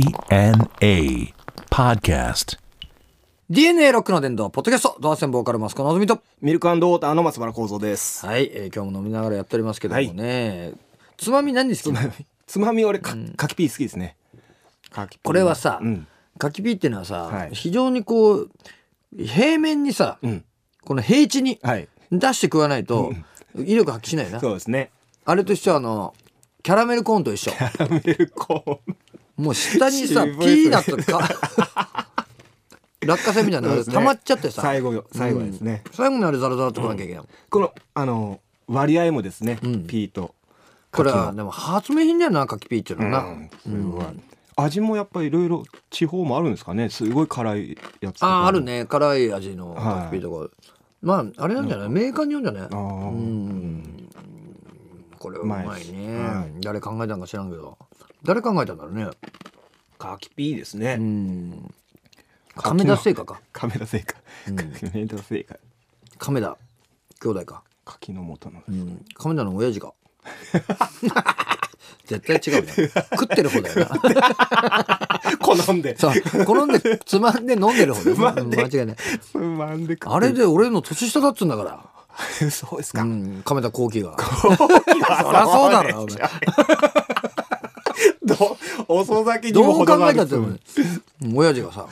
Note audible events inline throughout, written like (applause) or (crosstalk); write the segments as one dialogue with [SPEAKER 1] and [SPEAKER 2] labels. [SPEAKER 1] DNA Podcast.
[SPEAKER 2] DNA ロックの殿堂、ポッドキャスト、ドアセンボーカルマスコのぞみと。
[SPEAKER 3] ミルクウォーターの松原幸三です。
[SPEAKER 2] はい、えー今日も飲みながらやっておりますけどもね。つまみ何好きなの
[SPEAKER 3] つまみ俺か、かきピー好きですね。かきピー
[SPEAKER 2] これはさ
[SPEAKER 3] うん、
[SPEAKER 2] カキピーっていうのはさ、
[SPEAKER 3] はい
[SPEAKER 2] 非常にこう、平面にさ、
[SPEAKER 3] うん、
[SPEAKER 2] この平地に
[SPEAKER 3] はい、
[SPEAKER 2] 出して食わないと、威力発揮しないな。
[SPEAKER 3] そうですね。
[SPEAKER 2] あれと一緒あの、キャラメルコーンと (laughs) 一緒。
[SPEAKER 3] キャラメルコーン。
[SPEAKER 2] もう下にさ、ピ
[SPEAKER 3] 渋い
[SPEAKER 2] ーナッツか、落花生みたいなのが溜まっちゃってさ。
[SPEAKER 3] 最後よ、最後はですね。
[SPEAKER 2] 最後にあれザラザラっと食わなきゃいけない。
[SPEAKER 3] このあの割合もですね、
[SPEAKER 2] ん
[SPEAKER 3] ピーと
[SPEAKER 2] こ
[SPEAKER 3] かき
[SPEAKER 2] れ
[SPEAKER 3] の。
[SPEAKER 2] はでも発明品だよな、カキピーっていうのはな。
[SPEAKER 3] うんすごい。味もやっぱりいろいろ地方もあるんですかね。すごい辛いやつとか
[SPEAKER 2] あ
[SPEAKER 3] も
[SPEAKER 2] あある。ね辛い味のカキピーとか、まああれなんじゃないメーカーによるんじゃない
[SPEAKER 3] あー
[SPEAKER 2] うんこれはうまいね、
[SPEAKER 3] うまいですは
[SPEAKER 2] 誰考えたんか知らんけど誰考えたんだろうね
[SPEAKER 3] かきピーですね。
[SPEAKER 2] うん亀田製菓か
[SPEAKER 3] 亀田製菓。亀田製菓。
[SPEAKER 2] 亀田兄弟か、
[SPEAKER 3] 柿の元の。
[SPEAKER 2] うん、亀田の親父か (laughs) 絶対違うね食ってる方だよな
[SPEAKER 3] (laughs) 好んで。
[SPEAKER 2] さあ転んでつまんで飲んでる方だよな
[SPEAKER 3] つまんで
[SPEAKER 2] うん間違いない
[SPEAKER 3] つまんで食ってる
[SPEAKER 2] あれで俺の年下だっつうんだから
[SPEAKER 3] (laughs) そうですか。
[SPEAKER 2] うん、亀田光輝が。そりゃそうだろ、お前
[SPEAKER 3] (laughs) ど遅咲きに
[SPEAKER 2] ど
[SPEAKER 3] も
[SPEAKER 2] う考えたっ
[SPEAKER 3] る
[SPEAKER 2] て、お前 (laughs) 親父がさ、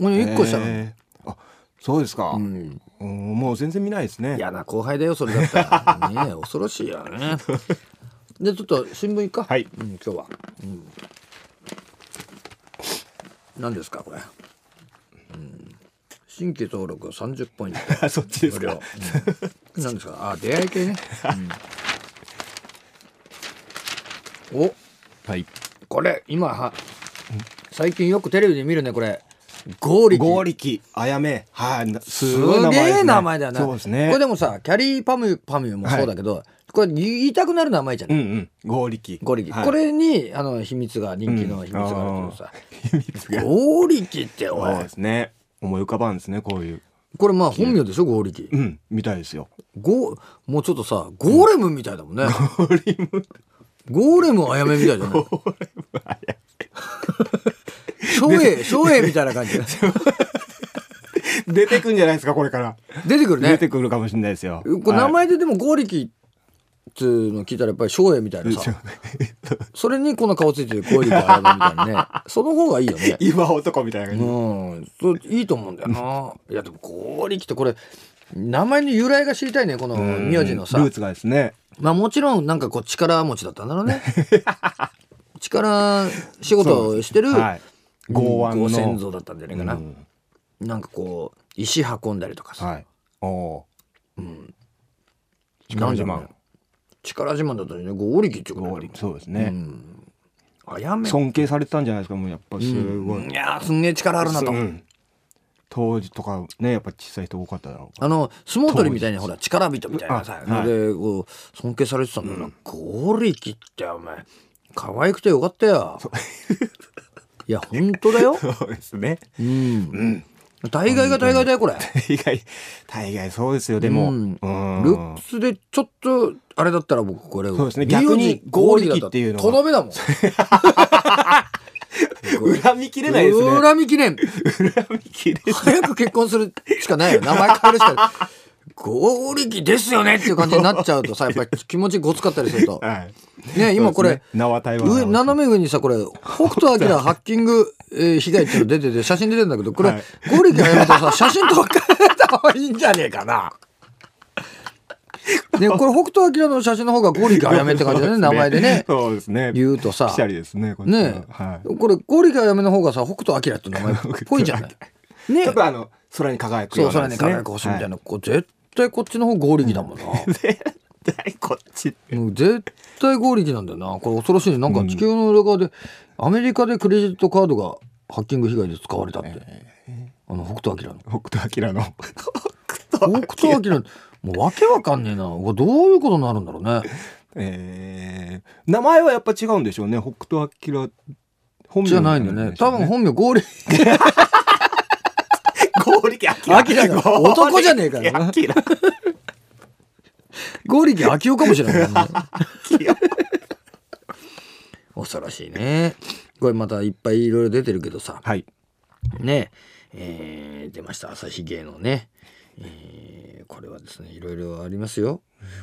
[SPEAKER 2] もう一個したの。
[SPEAKER 3] えーあそうですか、
[SPEAKER 2] うん、
[SPEAKER 3] うんもう全然見ないですね
[SPEAKER 2] 嫌な後輩だよ、それだったら。ね
[SPEAKER 3] (laughs)
[SPEAKER 2] え恐ろしいよね。で、ちょっと新聞行くか。
[SPEAKER 3] はい
[SPEAKER 2] うん、今日は。うん何ですか、これ。うん新規登録30ポイン
[SPEAKER 3] (laughs)
[SPEAKER 2] ト。
[SPEAKER 3] (laughs) そっちです
[SPEAKER 2] 無料
[SPEAKER 3] か
[SPEAKER 2] うん何ですかあ出会い系ね、うんお
[SPEAKER 3] はい
[SPEAKER 2] これ今は最近よくテレビで見るねこれゴーリキ
[SPEAKER 3] 合力あやめはいなす
[SPEAKER 2] す
[SPEAKER 3] ごい名前
[SPEAKER 2] げ
[SPEAKER 3] です、ね、
[SPEAKER 2] え名前だよな
[SPEAKER 3] そうですね
[SPEAKER 2] これでもさキャリーパムパムもそうだけど、これ言いたくなる名前じゃな
[SPEAKER 3] う
[SPEAKER 2] い、
[SPEAKER 3] んうん合力
[SPEAKER 2] ゴーリキ、
[SPEAKER 3] はい
[SPEAKER 2] これにあの秘密が人気の秘密があるけどさ、
[SPEAKER 3] (laughs) 秘密が
[SPEAKER 2] ゴーリキってお
[SPEAKER 3] そう
[SPEAKER 2] い
[SPEAKER 3] ですね思い浮かばんですねこういう
[SPEAKER 2] これまあ本名でしょゴーリキ
[SPEAKER 3] うんみたいですよ
[SPEAKER 2] ゴーもうちょっとさゴーレムみたいだもんね、
[SPEAKER 3] ゴーリム
[SPEAKER 2] ゴーレムあやめみたいじゃない
[SPEAKER 3] ゴーレムあや
[SPEAKER 2] 照英照英みたいな感じ
[SPEAKER 3] め出てくんじゃないですかこれから、
[SPEAKER 2] 出てくるね
[SPEAKER 3] 出てくるかもしれないですよ
[SPEAKER 2] これ名
[SPEAKER 3] はい
[SPEAKER 2] 前ででも剛力っつうの聞いたらやっぱり照英みたいなさそれにこの顔ついてる剛力あやめみたいなね
[SPEAKER 3] (laughs)
[SPEAKER 2] その方がいいよね
[SPEAKER 3] (laughs) 今男みたいな感じ、
[SPEAKER 2] うんそういいと思うんだよないやでも剛力ってこれ名前の由来が知りたいねこの名字のさ
[SPEAKER 3] ルーツがですね
[SPEAKER 2] まあもちろんなんかこう力持ちだったんだろ
[SPEAKER 3] (laughs)
[SPEAKER 2] うね力仕事をしてる
[SPEAKER 3] はい剛腕の
[SPEAKER 2] ご先祖だったんじゃないかな、
[SPEAKER 3] うん
[SPEAKER 2] なんかこう石運んだりとかさ、
[SPEAKER 3] はいおお
[SPEAKER 2] な
[SPEAKER 3] 力
[SPEAKER 2] ん
[SPEAKER 3] 自
[SPEAKER 2] だろうね
[SPEAKER 3] 慢
[SPEAKER 2] 力自慢だったんじゃない剛力っていうか
[SPEAKER 3] 合力そうですね、
[SPEAKER 2] あやめ
[SPEAKER 3] 尊敬されてたんじゃないですかもうやっぱすごい、
[SPEAKER 2] いやーすんげえ力あるなと、
[SPEAKER 3] うん当時とかねやっぱ小さい人多かっただろう
[SPEAKER 2] あの相撲取りみたいにほら力人みたいなさ
[SPEAKER 3] あ
[SPEAKER 2] の
[SPEAKER 3] はい
[SPEAKER 2] でこう尊敬されてたんだな、ゴリキってお前可愛くてよかったよいや本当だよ、
[SPEAKER 3] (laughs) そうですね
[SPEAKER 2] うん大概が大概だよこれ
[SPEAKER 3] 大概大概そうですよでも、
[SPEAKER 2] うん
[SPEAKER 3] うん
[SPEAKER 2] ルックスでちょっとあれだったら僕これ
[SPEAKER 3] そうですね
[SPEAKER 2] 名字
[SPEAKER 3] 逆に
[SPEAKER 2] ゴリラだた
[SPEAKER 3] ゴリキっていうのが
[SPEAKER 2] とどめだもん
[SPEAKER 3] 恨みきれないですね
[SPEAKER 2] 恨み記念
[SPEAKER 3] 恨みきれ
[SPEAKER 2] 早く結婚するしかないよ。名前変えるしかない。合力ですよねっていう感じになっちゃうとさ、やっぱり気持ちごつかったりす
[SPEAKER 3] (laughs)
[SPEAKER 2] ると。
[SPEAKER 3] ない、はい、
[SPEAKER 2] ね、今こ
[SPEAKER 3] そう
[SPEAKER 2] れ
[SPEAKER 3] で、すね縄台湾
[SPEAKER 2] 上斜め上にさ、これ、北斗晶ハッキング、えー被害っていうの出てて、写真出てんだけど、これ、
[SPEAKER 3] はい
[SPEAKER 2] 合力がやめたらさ、写真とか変えた方がいいんじゃねえか
[SPEAKER 3] (laughs)
[SPEAKER 2] な。ね、これ北斗晶の写真の方が合力あやめって感じだね、名前でね。
[SPEAKER 3] そうですね
[SPEAKER 2] 言うとさ
[SPEAKER 3] ピシャリですねこっちは
[SPEAKER 2] ね、
[SPEAKER 3] はい
[SPEAKER 2] これ、合力あやめの方がさ、北斗晶って
[SPEAKER 3] (laughs)
[SPEAKER 2] 名前っぽいじゃない。ね
[SPEAKER 3] ちょっとあの空に輝く
[SPEAKER 2] そ
[SPEAKER 3] よ
[SPEAKER 2] う、
[SPEAKER 3] うな
[SPEAKER 2] 空
[SPEAKER 3] んで
[SPEAKER 2] に
[SPEAKER 3] すね
[SPEAKER 2] 輝く星みたい
[SPEAKER 3] (laughs)
[SPEAKER 2] な、こう絶対こっちの方合力だもんな。
[SPEAKER 3] 絶対こっち
[SPEAKER 2] もう絶対合力なんだよな。これ恐ろしいね。なんか地球の裏側で、アメリカでクレジットカードがハッキング被害で使われたって。あの北斗晶の。
[SPEAKER 3] 北斗晶の
[SPEAKER 2] 北斗晶の、もうわけわかんねえな。これどういうことになるんだろうね。
[SPEAKER 3] えー、名前はやっぱ違うんでしょうね北斗晶本名
[SPEAKER 2] じゃないんだよね。多分本名合力。
[SPEAKER 3] 合力
[SPEAKER 2] 明
[SPEAKER 3] (laughs)
[SPEAKER 2] が男じゃねえからな
[SPEAKER 3] な明
[SPEAKER 2] (laughs) 合力 (laughs) 秋夫かもしれない、ね。恐ろしいね。これまたいっぱいいろいろ出てるけどさ、
[SPEAKER 3] はい。
[SPEAKER 2] ねえー出ました朝日芸のね、えーこれはですねいろいろありますよ。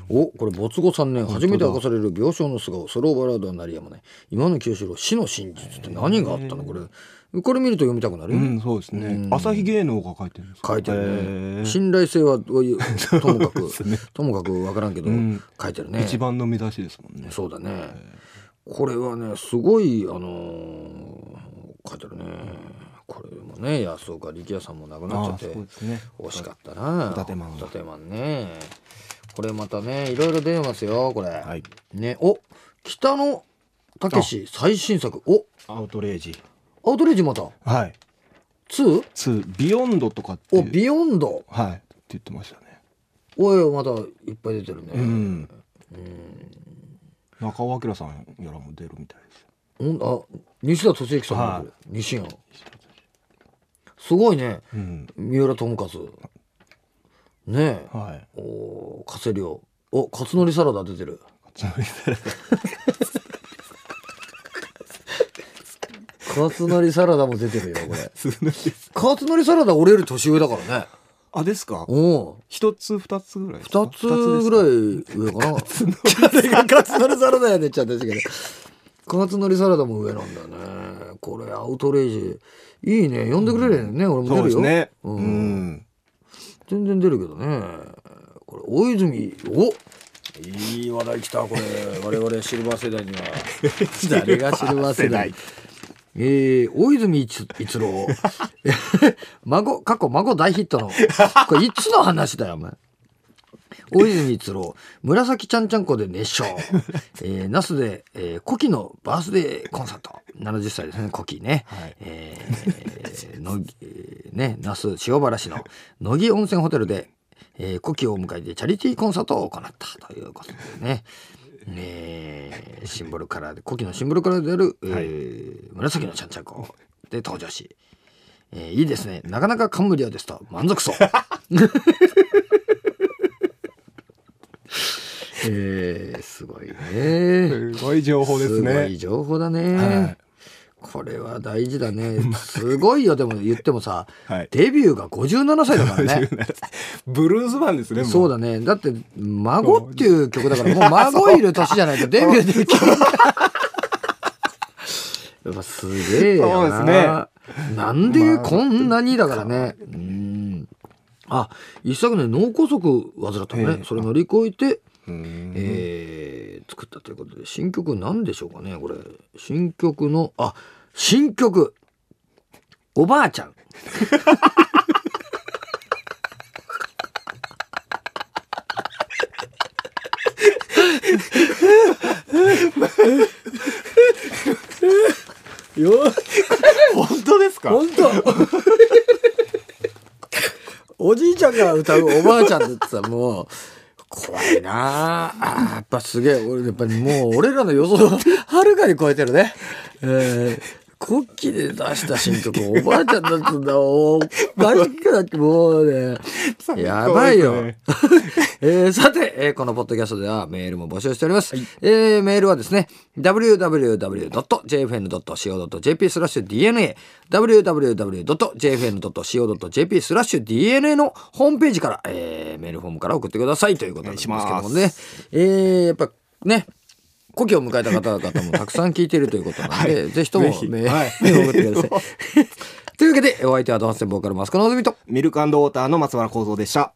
[SPEAKER 2] おこれ没後3年初めて明かされる病床の素顔スローバラードなりやもね今の清志郎死の真実って何があったのこれこれ見ると読みたくなる、
[SPEAKER 3] うん、そうですね。朝日芸能が書いてるんですか
[SPEAKER 2] 書いてる
[SPEAKER 3] へ
[SPEAKER 2] ね
[SPEAKER 3] ー
[SPEAKER 2] 信頼
[SPEAKER 3] (laughs)
[SPEAKER 2] 性はどういうともかく、ともかく分からんけど、
[SPEAKER 3] ん
[SPEAKER 2] 書いてるね
[SPEAKER 3] 一番の見出しですもんね。
[SPEAKER 2] そうだねこれはねすごいあのー書いてるねこれもね安岡力也さんも亡くなっちゃ
[SPEAKER 3] あ
[SPEAKER 2] っ
[SPEAKER 3] あ、
[SPEAKER 2] て
[SPEAKER 3] そうですね。
[SPEAKER 2] 惜しかったな
[SPEAKER 3] ホタテマン
[SPEAKER 2] ホタテマンねこれまたねいろいろ出てますよこれ、
[SPEAKER 3] はい。
[SPEAKER 2] ねお北野武最新作お
[SPEAKER 3] アウトレイジ。
[SPEAKER 2] アウトレイジまた
[SPEAKER 3] はい。
[SPEAKER 2] 2
[SPEAKER 3] ツービヨンドとかってい
[SPEAKER 2] お
[SPEAKER 3] う。
[SPEAKER 2] ビヨンド
[SPEAKER 3] はい。って言ってましたね。
[SPEAKER 2] おいまたいっぱい出てるね、
[SPEAKER 3] うん。中尾明さんやらも出るみたいです。
[SPEAKER 2] ほんあ西田敏行さんもいる、西野すごいね
[SPEAKER 3] うん。
[SPEAKER 2] 三浦友和ねえ
[SPEAKER 3] はい。
[SPEAKER 2] おカセリオおカツノリサラダ出てる
[SPEAKER 3] つまり
[SPEAKER 2] カツノリサラダも出てるよこ
[SPEAKER 3] (laughs)
[SPEAKER 2] れ
[SPEAKER 3] すごいです
[SPEAKER 2] カツノリサラダ俺より年上だからね
[SPEAKER 3] あ、ですか
[SPEAKER 2] お
[SPEAKER 3] 一つ二つぐらいですか
[SPEAKER 2] 2つぐらい上かな誰がカツノリサラダやねんっちゃったしけどカツノリサラダも上なんだねこれアウトレイジいいね呼んでくれるよね、俺も
[SPEAKER 3] そ
[SPEAKER 2] 出
[SPEAKER 3] うで
[SPEAKER 2] る
[SPEAKER 3] す
[SPEAKER 2] よ、
[SPEAKER 3] ね。
[SPEAKER 2] う
[SPEAKER 3] うんん。
[SPEAKER 2] 全然出るけどねこれ大泉おいい話題来たこれ我々シルバー世代には (laughs) 誰がシルバー世代えー、大泉一一郎 (laughs) 孫過去孫大ヒットのこれいつの話だよお前大泉一郎紫ちゃんちゃんこで熱
[SPEAKER 3] (laughs)
[SPEAKER 2] 唱、えー、那須で、えー、古希のバースデーコンサート70歳ですね古希ね、
[SPEAKER 3] はい
[SPEAKER 2] えーのぎえーね那須塩原市の乃木温泉ホテルで、えー、古希を迎えてチャリティーコンサートを行ったということでね。えーシンボルカラーで古希のシンボルカラーである、えー紫のちゃんちゃんこで登場し、えーいいですねなかなか感無量ですと満足そう。 (laughs) えー、すごいね。
[SPEAKER 3] すごい情報です
[SPEAKER 2] すごい
[SPEAKER 3] ね。
[SPEAKER 2] 情報だね。
[SPEAKER 3] はい
[SPEAKER 2] これは大事だね。すごいよ、でも言ってもさ、
[SPEAKER 3] (laughs) はい
[SPEAKER 2] デビューが57歳だ
[SPEAKER 3] (laughs)
[SPEAKER 2] からね。
[SPEAKER 3] (laughs) ブルースマンですね、も
[SPEAKER 2] そうだね。だって、孫っていう曲だから、もう孫いる年じゃない
[SPEAKER 3] (laughs)
[SPEAKER 2] とデビューできない。 (laughs) やっぱすげえよな。
[SPEAKER 3] そうで
[SPEAKER 2] なんでこんなにだからね。うん。あ、一昨年脳梗塞患ったのね。
[SPEAKER 3] ええ
[SPEAKER 2] それ乗り越えて、
[SPEAKER 3] うん
[SPEAKER 2] えー作ったということで新曲なんでしょうかねこれ新曲のあ新曲「おばあち
[SPEAKER 3] (laughs)
[SPEAKER 2] ゃん」よ
[SPEAKER 3] 本当ですか
[SPEAKER 2] 本当おじいちゃんが歌うおばあちゃんだってさもう怖いなああーやっぱすげえ俺やっぱりもう俺らの予想をはるかに超えてるねえー国旗で出した新曲おばあちゃんだったんだおかしくなってもうねやばいよ
[SPEAKER 3] そうですね
[SPEAKER 2] (laughs) えーさて、えーこのポッドキャストではメールも募集しております。えーメールはですね、www.jfn.co.jp スラッシュ DNA、www.jfn.co.jp スラッシュ DNA のホームページから、えーメールフォームから送ってくださいということなんですけども
[SPEAKER 3] お
[SPEAKER 2] ね
[SPEAKER 3] 願い。
[SPEAKER 2] えーやっぱね、故郷を迎えた方々もたくさん聞いているということなんで、ぜひともメ
[SPEAKER 3] ぜひ
[SPEAKER 2] ール
[SPEAKER 3] はい
[SPEAKER 2] を送ってくださ
[SPEAKER 3] (laughs)
[SPEAKER 2] い。というわけで、お相手はドハンセンボーカルマスコのおずみと、
[SPEAKER 3] ミルクウォーターの松原幸三でした。